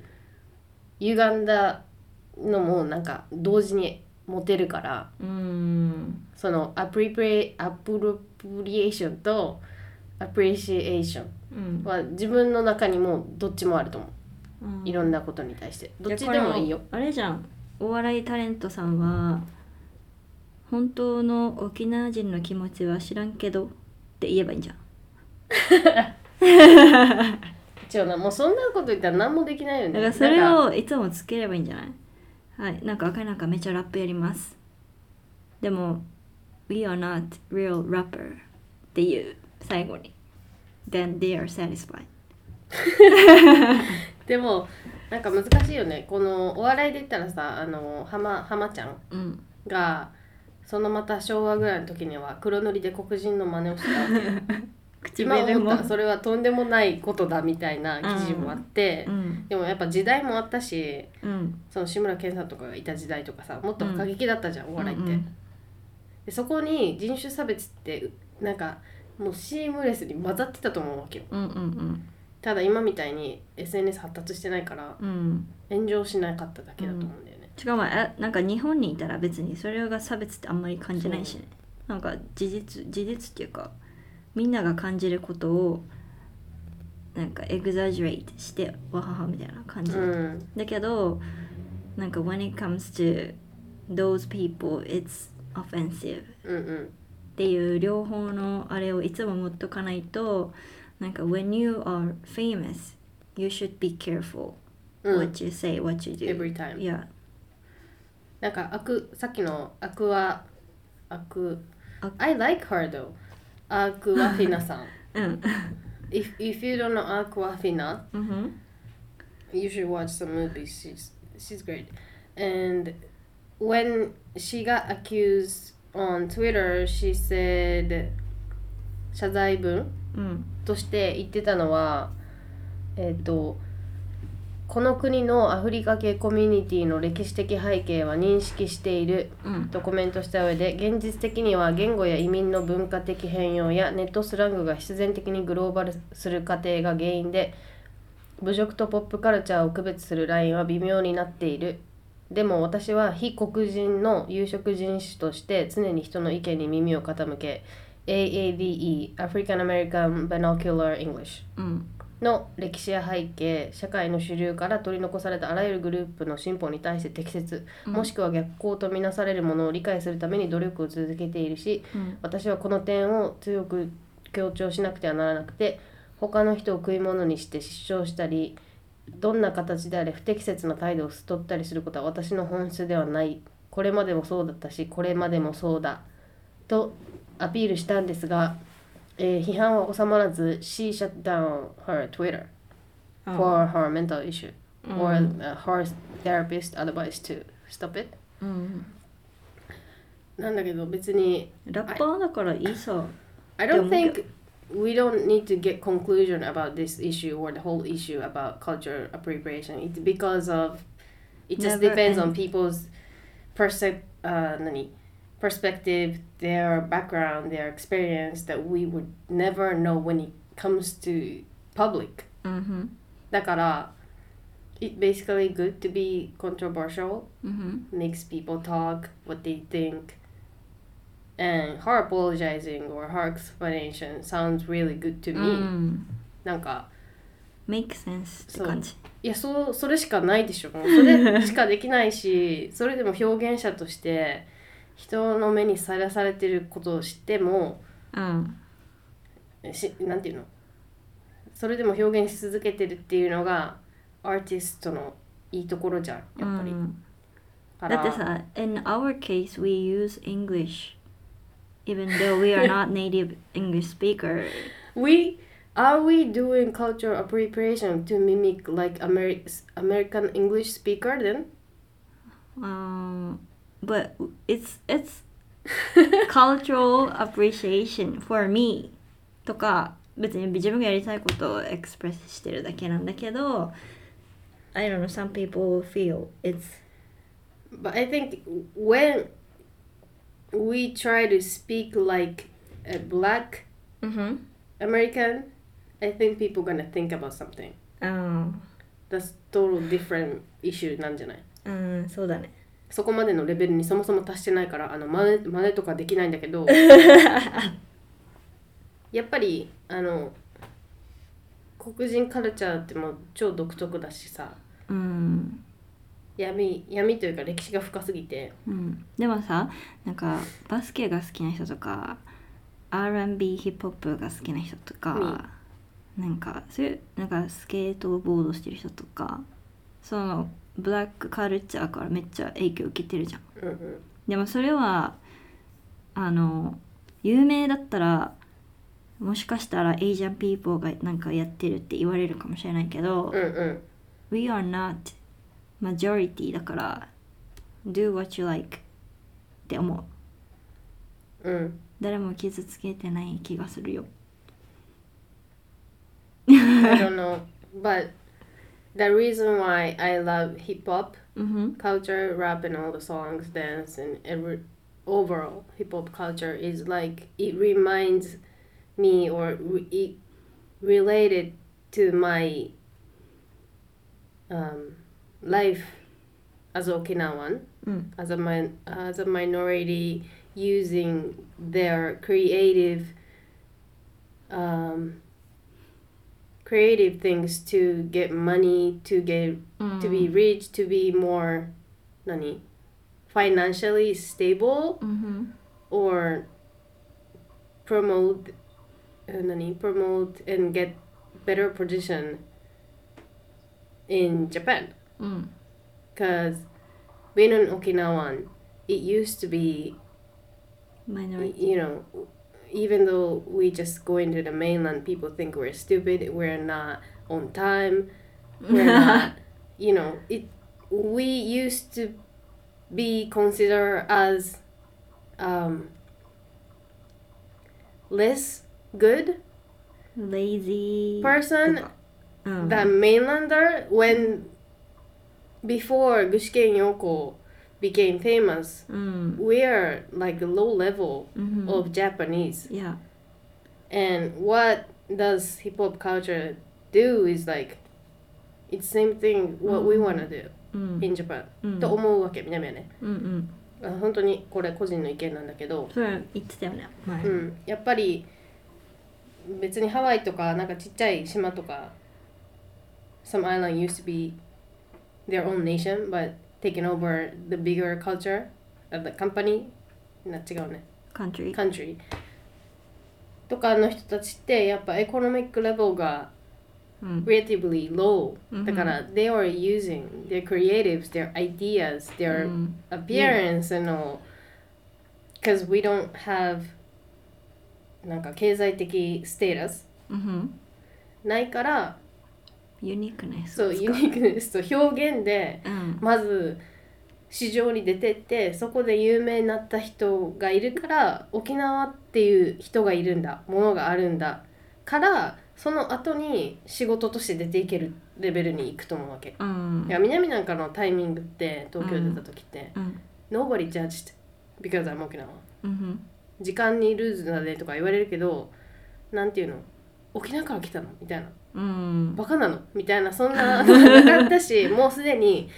S1: 歪んだのもなんか同時に持てるから、
S2: うん
S1: そのアプリプレアプロプリエーションとアプリシエーション
S2: うん
S1: は自分の中にもどっちもあると思う。
S2: うん
S1: いろんなことに対してどっ
S2: い
S1: ち
S2: や
S1: でもいいよ
S2: これあれじゃんお笑いタレントさんは本当の沖縄人の気持ちは知らんけどって言えばいいんじゃん
S1: [LAUGHS] 一応なもうそんなこと言ったら何もできないよ
S2: だか
S1: ね
S2: らそれ
S1: なんか
S2: をいつもつければいいんじゃないはいなんか赤いなんかめっちゃラップやりますでも「We are not real rapper」っていう最後に「Then they are satisfied
S1: でもなんか難しいよねこのお笑いで言ったらさあの浜浜ちゃん」
S2: うん
S1: がそのまた昭和ぐらいの時には黒塗りで黒人の真似をしてたわけよ
S2: [LAUGHS]
S1: 今
S2: 唇
S1: 思
S2: も
S1: ったらそれはとんでもないことだみたいな記事もあって、
S2: うん
S1: でもやっぱ時代もあったし
S2: うん
S1: その志村けんさんとかがいた時代とかさもっと過激だったじゃん、お笑いって、
S2: うんうん
S1: でそこに人種差別ってなんかもうシームレスに混ざってたと思うわけよ
S2: うんうん
S1: ただ今みたいに SNS 発達してないから
S2: うんうん
S1: 炎上しなかっただけだと思うんだよね、
S2: しかもえなんか日本にいたら別にそれが差別ってあんまり感じないしねなんか事実事実っていうかみんなが感じることをなんかエグザジュレイトしてわははみたいな感じ、
S1: うん
S2: だけどなんか when it comes to those people it's offensive
S1: うんうん
S2: っていう両方のあれをいつも持っとかないとなんか when you are famous you should be careful
S1: うん
S2: what you say what you do
S1: Every time
S2: yeah
S1: なんかアクさっきのアクアアク
S2: アク
S1: I like her though アクワフィナさん
S2: うん
S1: if, if you don't know アクワフィナ
S2: うんふん
S1: you should watch some movies. She's she's great. And when she got accused on Twitter, she said 謝罪文
S2: うん
S1: として言ってたのは、えっ、とこの国のアフリカ系コミュニティの歴史的背景は認識している
S2: うん
S1: とコメントした上で現実的には言語や移民の文化的変容やネットスラングが必然的にグローバルする過程が原因で侮辱とポップカルチャーを区別するラインは微妙になっているでも私は非黒人の有色人種として常に人の意見に耳を傾け AAVE African American Vernacular English
S2: うん
S1: の歴史や背景社会の主流から取り残されたあらゆるグループの進歩に対して適切、
S2: うん
S1: もしくは逆行とみなされるものを理解するために努力を続けているし
S2: うん
S1: 私はこの点を強く強調しなくてはならなくて他の人を食い物にして失笑したりどんな形であれ不適切な態度をすとったりすることは私の本質ではないこれまでもそうだったしこれまでもそうだとアピールしたんですが、えー批判は収まらず She shut down her Twitter
S2: うん
S1: for her mental issue
S2: うん
S1: or、uh, her therapist advised to stop it
S2: うん
S1: なんだけど別に
S2: ラッパーだからいいさ
S1: I don't think we don't need to get conclusion about this issue or the whole issue about culture appropriation. It's because of it just
S2: Never
S1: depends on
S2: end.
S1: people's percep uh, 何 perspective, their background, their experience that we would never know when it comes to public.
S2: うんふん
S1: だから、it's basically good to be controversial
S2: うんふん
S1: makes people talk what they think and her apologizing or her explanation sounds really good to
S2: う
S1: me、
S2: ん
S1: なんか
S2: make sense って感じ
S1: いやそうそれしかないでしょもうそれしかできない
S2: [LAUGHS]
S1: しそれでも表現者として人の目にさらされてることを知っても
S2: うん
S1: しなんていうのそれでも表現し続けてるっていうのがアーティストのいいところじゃんやっぱり、
S2: うん
S1: から
S2: だってさ in our case we use English even though we are not native English speaker
S1: We are we doing cultural appropriation to mimic like Ameri- American English speaker then? [LAUGHS]
S2: um but it's it's cultural appreciation for me とか別に自分がやりたいことをエクスプレスしてるだけなんだけど I don't know some people feel it's
S1: But I think when we try to speak like a black
S2: うんふん
S1: American, I think people gonna think about something.
S2: うん、
S1: That's total different issue なんじゃない
S2: うん、そうだね
S1: そこまでのレベルにそもそも達してないからあの真似真似とかできないんだけどやっぱりあの黒人カルチャーってもう超独特だしさ
S2: うん
S1: 闇闇というか歴史が深すぎて
S2: うん、でもさなんかバスケが好きな人とか R&B ヒップホップが好きな人とか、なんかそういうなんかスケートボードしてる人とかそのブラックカルチャーからめっちゃ影響受けてるじゃん
S1: うんうん
S2: でもそれはあの有名だったらもしかしたらエイジャンピーポーがなんかやってるって言われるかもしれないけど、
S1: うんうん
S2: We are not majority だから Do what you like って思う
S1: うん
S2: 誰も傷つけてない気がす
S1: [LAUGHS]
S2: るよ
S1: I don't know but the reason why I love hip hop
S2: うんふん
S1: culture, rap, and all the songs, dance, and every overall hip hop culture is like it reminds me or re- it related to my um, life as Okinawan,
S2: うん、
S1: as a min- as a minority, using their creative um, creative things to get money, to get to be rich, to be more 何 financially stable
S2: うんふん
S1: or promote えー何 promote and get better position in Japan
S2: うん
S1: because being an Okinawan it used to be y-
S2: minority
S1: you know even though we just go into the mainland people think we're stupid we're not on time we're not, you know, it. We used to be considered as um, less good
S2: lazy
S1: person
S2: とかうん
S1: than mainlander when before Gushken Yoko became famous.
S2: うん、
S1: We are like low level
S2: うんふん
S1: of Japanese.
S2: yeah
S1: And what does hip hop culture do is like it's same thing what we wanna do
S2: うん、
S1: in Japan.
S2: うん、
S1: と思うわけ南はね
S2: うんうん
S1: あ本当にこれ個人の意見なんだけど、
S2: それ言ってたよね前、
S1: うん、やっぱり別にハワイとかなんかちっちゃい島とか some island used to be their own nation but taken over the bigger culture of the company な違うね
S2: country
S1: country とかの人たちってやっぱエコノミックレベルが
S2: うん
S1: relatively low
S2: うん
S1: だから、they are using their creatives their ideas
S2: う
S1: their
S2: ん
S1: appearance and all because we don't have なんか経済的ステータス
S2: うんふん
S1: ないから
S2: ユニークなやつ
S1: そうユニークネスと表現で
S2: うん
S1: まず市場に出てってそこで有名になった人がいるから沖縄っていう人がいるんだものがあるんだからその後に仕事として出ていけるレベルに行くと思うわけ。
S2: うん
S1: いや南なんかのタイミングって東京出た時って、
S2: うん
S1: Nobody judged because I'm 沖縄。
S2: うんふん
S1: 時間にルーズだねとか言われるけどなんていうの沖縄から来たのみたいな
S2: うん
S1: バカなのみたいなそんななかったしもうすでに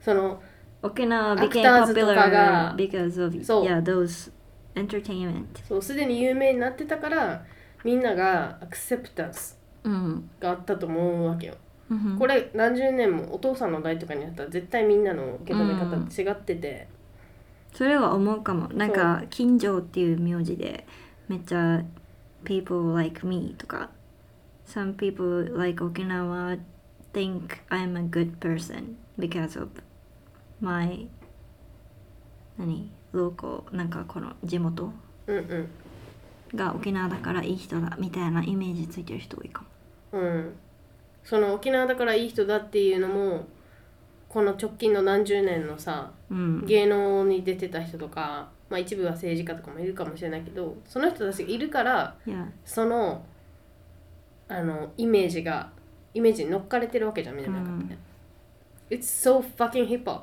S1: その
S2: Okinawa
S1: Actors
S2: became
S1: とかが
S2: popular because of
S1: そう
S2: yeah those entertainment
S1: そうすでに有名になってたからみんながアクセプタンス
S2: うん
S1: があったと思うわけよ
S2: うん
S1: これ何十年もお父さんの代とかにあったら絶対みんなの受け止め方って違ってて、
S2: それは思うかもなんか金城っていう名字でめっちゃ people like me とか some people like Okinawa think I'm a good person because of my 何 local なんかこの地元
S1: うん、
S2: が沖縄だからいい人だみたいなイメージついてる人多いかも
S1: うんうんその沖縄だからいい人だっていうのもこの直近の何十年のさ
S2: うん
S1: 芸能に出てた人とか、まあ、一部は政治家とかもいるかもしれないけどその人たちがいるから
S2: いや
S1: そのあのイメージがイメージに乗っかれてるわけじゃんみんななんかって、It's so fucking hip hop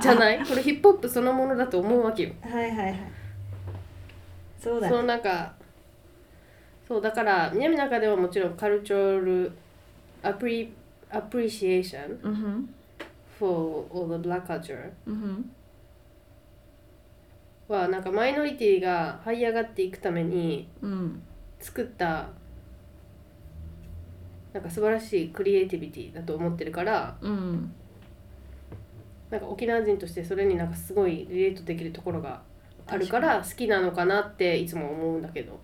S1: じゃ
S2: [LAUGHS]
S1: ないこれヒップホップそのものだと思うわけよ
S2: はいはいはいそう
S1: そのなんかそうだから南の中ではもちろんカルチュラルアプリアプリシエーション
S2: うんふん
S1: for all the black culture
S2: うんふん
S1: はなんかマイノリティが這い上がっていくために
S2: うん
S1: 作ったなんか素晴らしいクリエイティビティだと思ってるから
S2: うん
S1: なんか沖縄人としてそれになんかすごいリレートできるところがあるから好きなのかなっていつも思うんだけど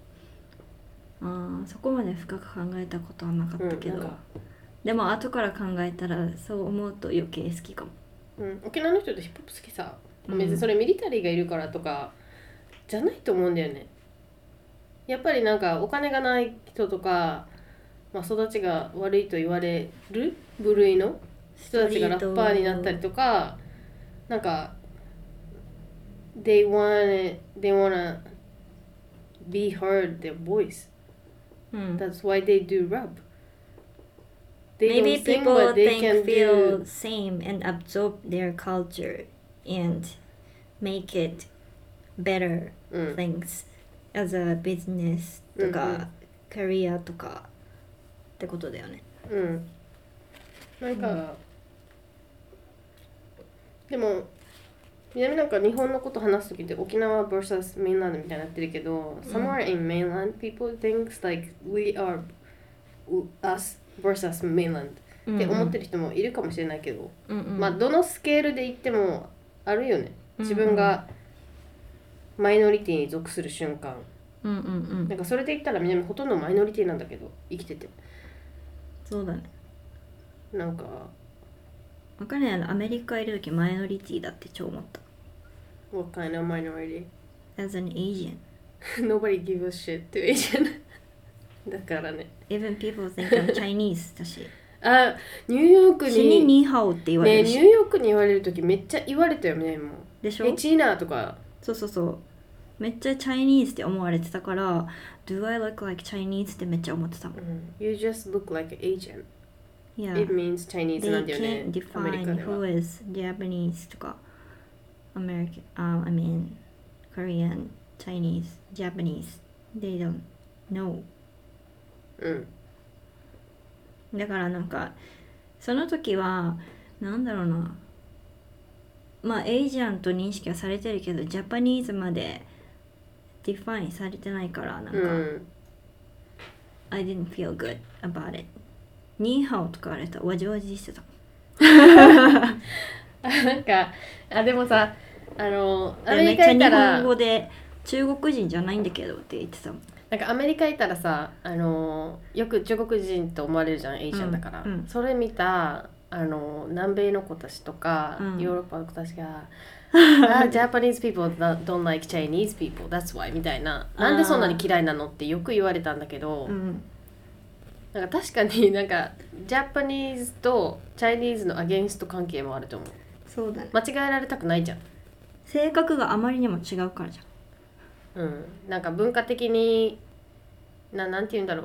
S2: あーそこまで深く考えたことはなかったけど、
S1: うんなんか
S2: でも後から考えたらそう思うと余計好きかも
S1: うん、沖縄の人ってヒップホップ好きさ
S2: うん
S1: 別にそれミリタリーがいるからとかじゃないと思うんだよねやっぱりなんかお金がない人とか、まあ、育ちが悪いと言われる部類の人たちがラッパーになったりとかなんか they wanna, they wanna be heard their voice
S2: うん
S1: that's why they do rap they
S2: Maybe
S1: don't sing
S2: people
S1: but they
S2: think
S1: can
S2: feel
S1: do
S2: same and absorb their culture and make it better
S1: うん
S2: things as a business と
S1: うんうん
S2: か、カリアとかってことだよね。
S1: うんなんか、
S2: うん
S1: でも南なんか日本のこと話す時って沖縄 vs mainland みたいになってるけど、somewhere in mainland people thinks like we are w- us vs mainland
S2: っ
S1: って思ってる人もいるかもしれないけど、
S2: る、うんうん
S1: まあどのスケールで言ってもあるよね自分がマイノリティに属する瞬間
S2: うんうんうん
S1: なんかそれで言ったら南ほとんどマイノリティなんだけど生きてて
S2: そうだね。
S1: なんか
S2: わかんないあのアメリカいる時マイノリティだって超思った。
S1: What kind of minority?
S2: As an Asian,
S1: [LAUGHS] Nobody give a shit to Asian. だからね。
S2: even people think
S1: [LAUGHS]
S2: I'm Chinese だし、
S1: あ、ニューヨーク
S2: 死に
S1: に。
S2: ニーハオって言わ
S1: ね、
S2: れる
S1: ニュ
S2: し、
S1: ーヨークに言われるときめっちゃ言われたよね、も
S2: でし
S1: う。
S2: ょ
S1: え、チーナーとか。
S2: そうそうそうめっちゃチャイニーズって思われてたから「Do I look like Chinese?」ってめっちゃ思ってたも。
S1: うんん You just look like an Asian.
S2: Yeah.
S1: It means Chinese なん
S2: They
S1: だよね
S2: can't。
S1: アメリカ
S2: define
S1: で
S2: who
S1: は。
S2: is Japanese とか American、uh, I mean Korean, Chinese, Japanese. They don't know.
S1: うん。
S2: だからなんかその時はなんだろうなまあエイジアンと認識はされてるけどジャパニーズまでディファインされてないからなんか、
S1: うん。
S2: I didn't feel good about it. ニーハオとか言われたらわじわじしてた。
S1: なん [LAUGHS] か、あ、でもさ、あの、アメ
S2: め
S1: リ
S2: っちゃ
S1: カい
S2: 日
S1: たら
S2: 本、語で中国人じゃないんだけどって言ってたもん。
S1: なんかアメリカいたらさ、あの、よく中国人と思われるじゃん、エイジアンだから
S2: うんう。ん
S1: それ見た、あの、南米の子たちとか
S2: う、ん
S1: ヨーロッパの子たちが、 [LAUGHS] あ Japanese people don't don't like Chinese people, that's why みたいな。なんでそんなに嫌いなのってよく言われたんだけど、
S2: うん、
S1: なんか確かに [LAUGHS] なんか、Japanese と Chinese のアゲンスト関係もあると思う。
S2: そうだね。
S1: 間違えられたくないじゃん。
S2: 性格があまりにも違うからじ
S1: うん、なんか文化的にななんて言うんだろ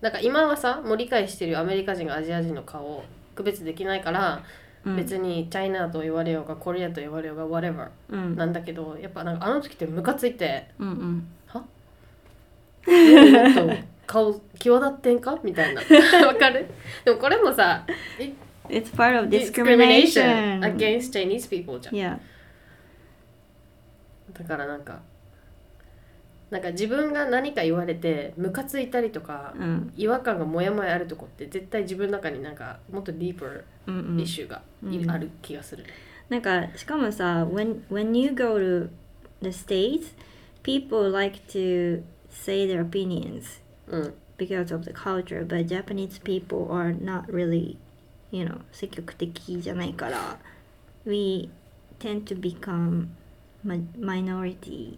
S1: うなんか今はさもう理解してるよアメリカ人がアジア人の顔を区別できないから、
S2: ゃん。うん、
S1: 別にチャイナと言われようがコリアと言われようが whatever
S2: うん。
S1: なんだけどやっぱなんかあの時ってムカつい
S2: [LAUGHS]
S1: て
S2: うんうん。
S1: もっと顔際立ってんかみ
S2: [LAUGHS]
S1: たいなわかるでもこれもさ
S2: It's part of
S1: discrimination
S2: discrimination.
S1: against Chinese people じゃん
S2: Yeah.
S1: だからなんかなんか自分が何か言われてムカついたりとか、
S2: うん
S1: 違和感がモヤモヤあるとこって絶対自分の中になんかもっとディープ
S2: うんう
S1: ー
S2: ん
S1: イッ。シュがい
S2: うん
S1: ある気がする。
S2: なんか uh, しかもさ when, when you go to the States people like to say their opinions
S1: うん、
S2: because of the culture but Japanese people are not really you know 積極的じゃないから we tend to become mi- minority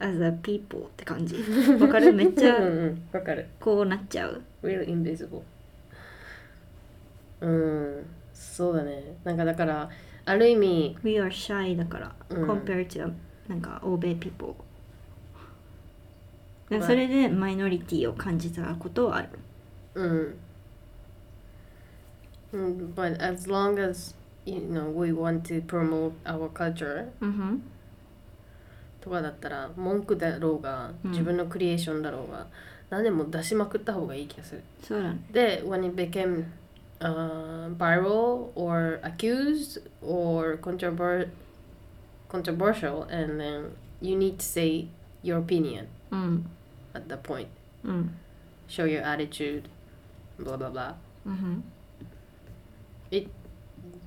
S2: as a people って感じわかるめっち
S1: うん
S2: ゃ
S1: うん、わかる。
S2: こうなっちゃう
S1: Real invisible。うん、そうだね。なんかだから、ある意味、
S2: we are shy だから、
S1: うん
S2: compared to なんか欧米 people
S1: まあ
S2: それでマイノリティを感じたことはある
S1: うん。うん、but as long as you know we want to promote our culture
S2: うん
S1: とかだったら文句だろうが
S2: うん
S1: 自分のクリエーションだろうが、何でも出しまくった方がいい気がする。
S2: そうだね
S1: that when it became uh, viral or accused or controver- controversial, and then you need to say your opinion
S2: うん
S1: at that point,
S2: うん
S1: show your attitude, blah blah blah.
S2: Mm-hmm.
S1: It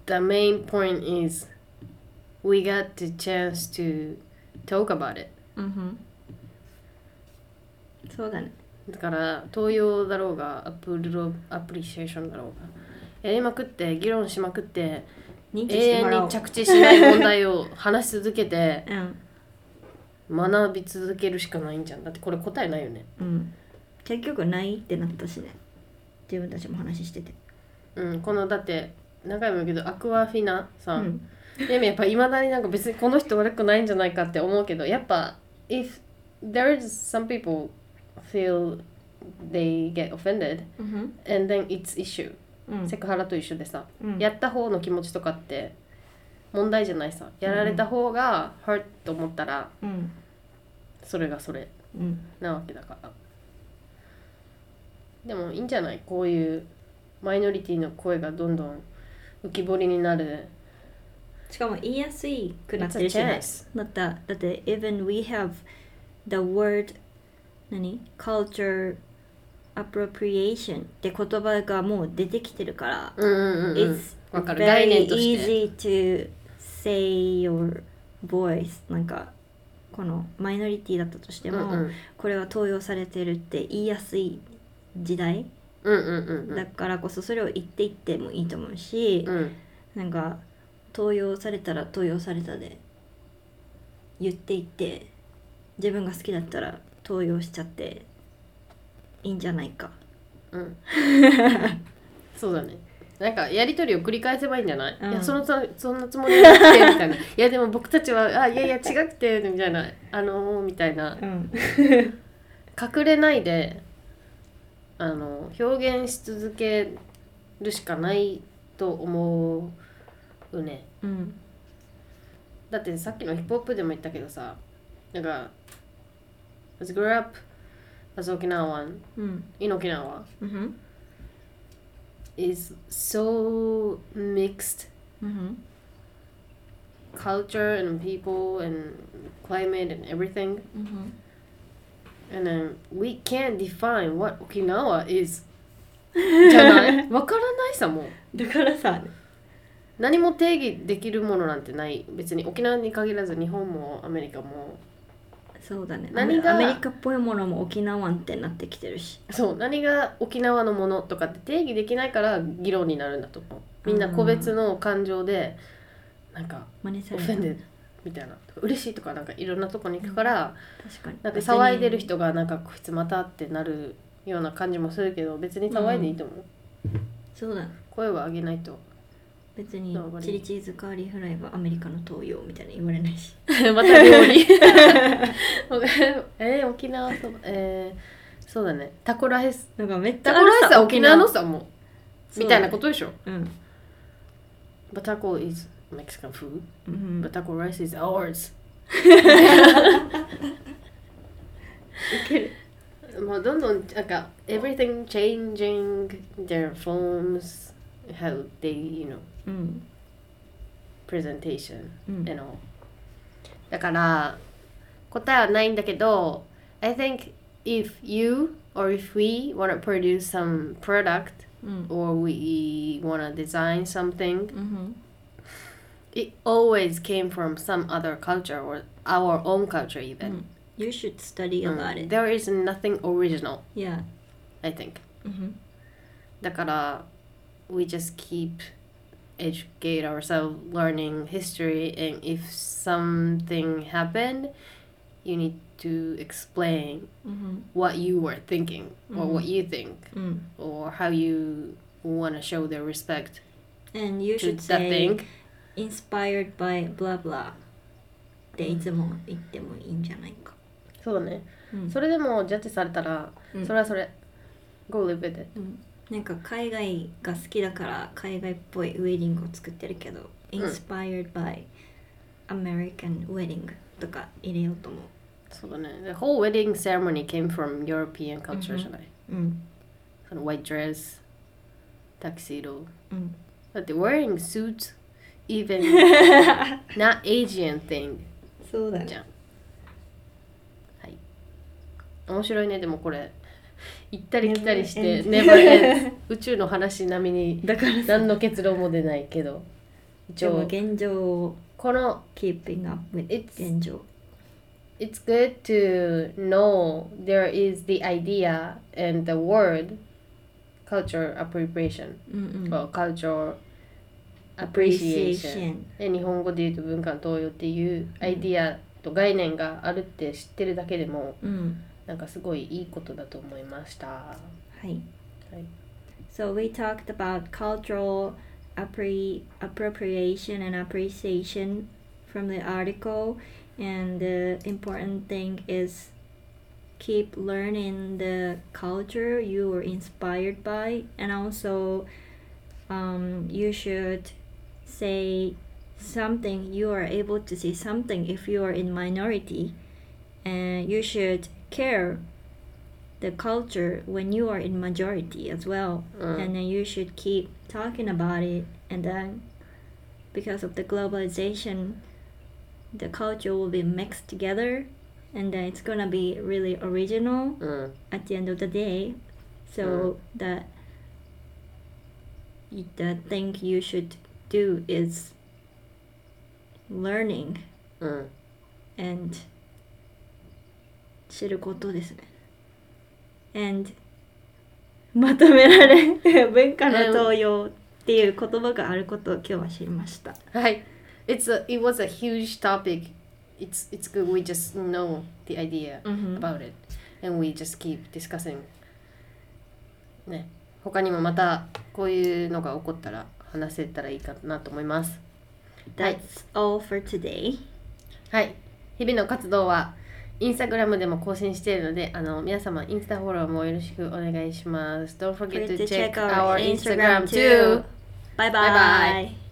S1: the main point is we got the chance to talk about it.
S2: うんそうだね
S1: だから東洋だろうがアプロアプリシエーションだろうがやりまくって議論しまくって
S2: 認知
S1: 永
S2: しても
S1: 遠
S2: らお
S1: に
S2: う
S1: 着地しない問題を話し続けて
S2: うん
S1: 学び続けるしかないんじゃんだってこれ答えないよね
S2: うん結局ないってなったしね自分たちも話してて
S1: うんこのだって何回も言うけどアクアフィナ
S2: う
S1: さん、
S2: ん
S1: でもやっぱいまだになんか別にこの人悪くないんじゃないかって思うけどやっぱ if there is some people feel they get offended
S2: うん
S1: and then it's issue
S2: うん
S1: セクハラと一緒でさ、
S2: うん
S1: やった方の気持ちとかって問題じゃないさやられた方が hurt と思ったら
S2: うん
S1: それがそれ
S2: うん
S1: なわけだからでもいいんじゃないこういうマイノリティの声がどんどん浮き彫りになる
S2: しかも言いやすいくなってるし
S1: It's a
S2: ね
S1: chance.
S2: だっただって even we have the word 何 culture appropriation って言葉がもう出てきてるから、
S1: うんうんうんうん
S2: It's
S1: わかる
S2: very
S1: 概念として
S2: easy to say your voice なんかこのマイノリティだったとしても、
S1: うんうん
S2: これは登用されてるって言いやすい時代
S1: うんうんうんう
S2: だ
S1: ん
S2: からこそそれを言っていってもいいと思うし、
S1: うん
S2: なんか登用されたら登用されたで言っていって自分が好きだったら登用しちゃっていいんじゃないか
S1: うんそうだねなんかやり取りを繰り返せばいいんじゃない、
S2: うん
S1: いやそのつそんなつもりはなくてみたいないやでも僕たちはあいやいや違くてみたいなあのー、みたいな
S2: うん
S1: 隠れないであの表現し続けるしかないと思うね
S2: うん
S1: だってさっきのヒップホップでも言ったけどさなんか「Let's grow up as Okinawan
S2: うん
S1: in Okinawa
S2: うん
S1: is so mixed
S2: うん
S1: culture and people and climate and everything
S2: うん
S1: and then we can't define what Okinawa is じゃないわからないさもう
S2: [LAUGHS] だからさ
S1: 何も定義できるものなんてない別に沖縄に限らず日本もアメリカも
S2: そうだね
S1: 何が
S2: アメリカっぽいものも沖縄ってなってきてるし
S1: そう何が沖縄のものとかって定義できないから議論になるんだと思うみんな個別の感情でなんか
S2: 真似さ
S1: オ
S2: れ
S1: フ
S2: た
S1: ェンデッドみたいな嬉しいとかなんかいろんなとこに行くから、
S2: 確かに
S1: なんか騒いでる人がなんかこいつまたってなるような感じもするけど別に騒いでいいと思う、
S2: 別にそうだ
S1: 声を上げないと
S2: 別に
S1: そうこれ
S2: チリチーズカーリーフライはアメリカの東洋みたいな言われないし
S1: [LAUGHS] また料
S2: [LAUGHS]
S1: 理 [LAUGHS] えー、沖縄そばえー、そうだねタコライス
S2: なんかめっちゃ
S1: タコライスは沖縄の
S2: そう
S1: さもう
S2: だね
S1: みたいなことでしょ。
S2: うん、
S1: But taco is Mexican food,
S2: うん
S1: but taco rice is ours.
S2: [LAUGHS] いける
S1: まあどんどんなんか everything changing their forms, how they you know
S2: うん、
S1: presentation
S2: うん
S1: and all. だから答えはないんだけど、I think if you or if we wanna produce some product
S2: うん
S1: or we wanna design something
S2: うん
S1: it always came from some other culture or our own culture
S2: う
S1: even
S2: ん You should study
S1: Mm.
S2: about it
S1: there is nothing original
S2: Yeah
S1: I think
S2: うん
S1: だから we just keep educate ourselves learning history and if something happened you need to explain
S2: うん
S1: what you were thinking or
S2: Mhm.
S1: what you think
S2: うん
S1: or how you want to show their respect
S2: And you
S1: to
S2: should
S1: that
S2: say
S1: thing
S2: Inspired by blah blah っていつも言ってもいいんじゃないか
S1: そうね、
S2: うん
S1: それでもジャッジされたら、
S2: うん。
S1: それはそれ go live with it
S2: うんなんか海外が好きだから海外っぽいウェディングを作ってるけど、
S1: ん
S2: Inspired by American Wedding とか入れようと思
S1: そうだね。The whole wedding ceremony came from European culture、
S2: Mhm.
S1: じゃない。
S2: う。うん。
S1: その white dress, tuxedo.
S2: うん。
S1: だって wearing suits,
S2: [LAUGHS]
S1: even not Asian thing
S2: そうだ
S1: じゃん。はい。面白いね、でもこれ。行ったり来たりして
S2: Never
S1: ネ
S2: ends
S1: バーエ
S2: [LAUGHS]
S1: ンド宇宙の話並みに
S2: だからさ
S1: 何の結論も出ないけど一
S2: でも
S1: 応
S2: 現状を
S1: この
S2: keeping up with
S1: It's-
S2: 現状
S1: It's good to know there is the idea and the word culture appropriation
S2: うんうん
S1: or culture appreciation
S2: Hmm. appreciation
S1: で日本語で言うと文化の東洋っていうアイディアと概念があるって知ってるだけでも
S2: うん
S1: なんかすごいいいことだと思いました。は
S2: はい
S1: い、
S2: So we talked about cultural appre- appropriation and appreciation from the article, and the important thing is keep learning the culture you were inspired by, and also um, you should say something you are able to say something if you are in minority, and you should care the culture when you are in majority as well
S1: うん
S2: and then you should keep talking about it and then because of the globalization the culture will be mixed together and then it's gonna be really original
S1: うん、
S2: at the end of the day so that y- the thing you should do is learning
S1: うん、
S2: and 知ることですね and まとめら [LAUGHS] れ文化の東洋っていう言葉があることを今日は知りました
S1: はい。It's a, it was a huge topic. It's it's good we just know the idea
S2: うん
S1: about it and we just keep discussing. ね、他にもまたこういうのが起こったら話せたらいいかなと思います。
S2: That's all for today
S1: はい。日々の活動はインスタグラムでも更新しているので、あの皆様インスタフォローもよろしくお願いします。Don't forget to check our Instagram too.
S2: Bye bye,
S1: Bye-bye.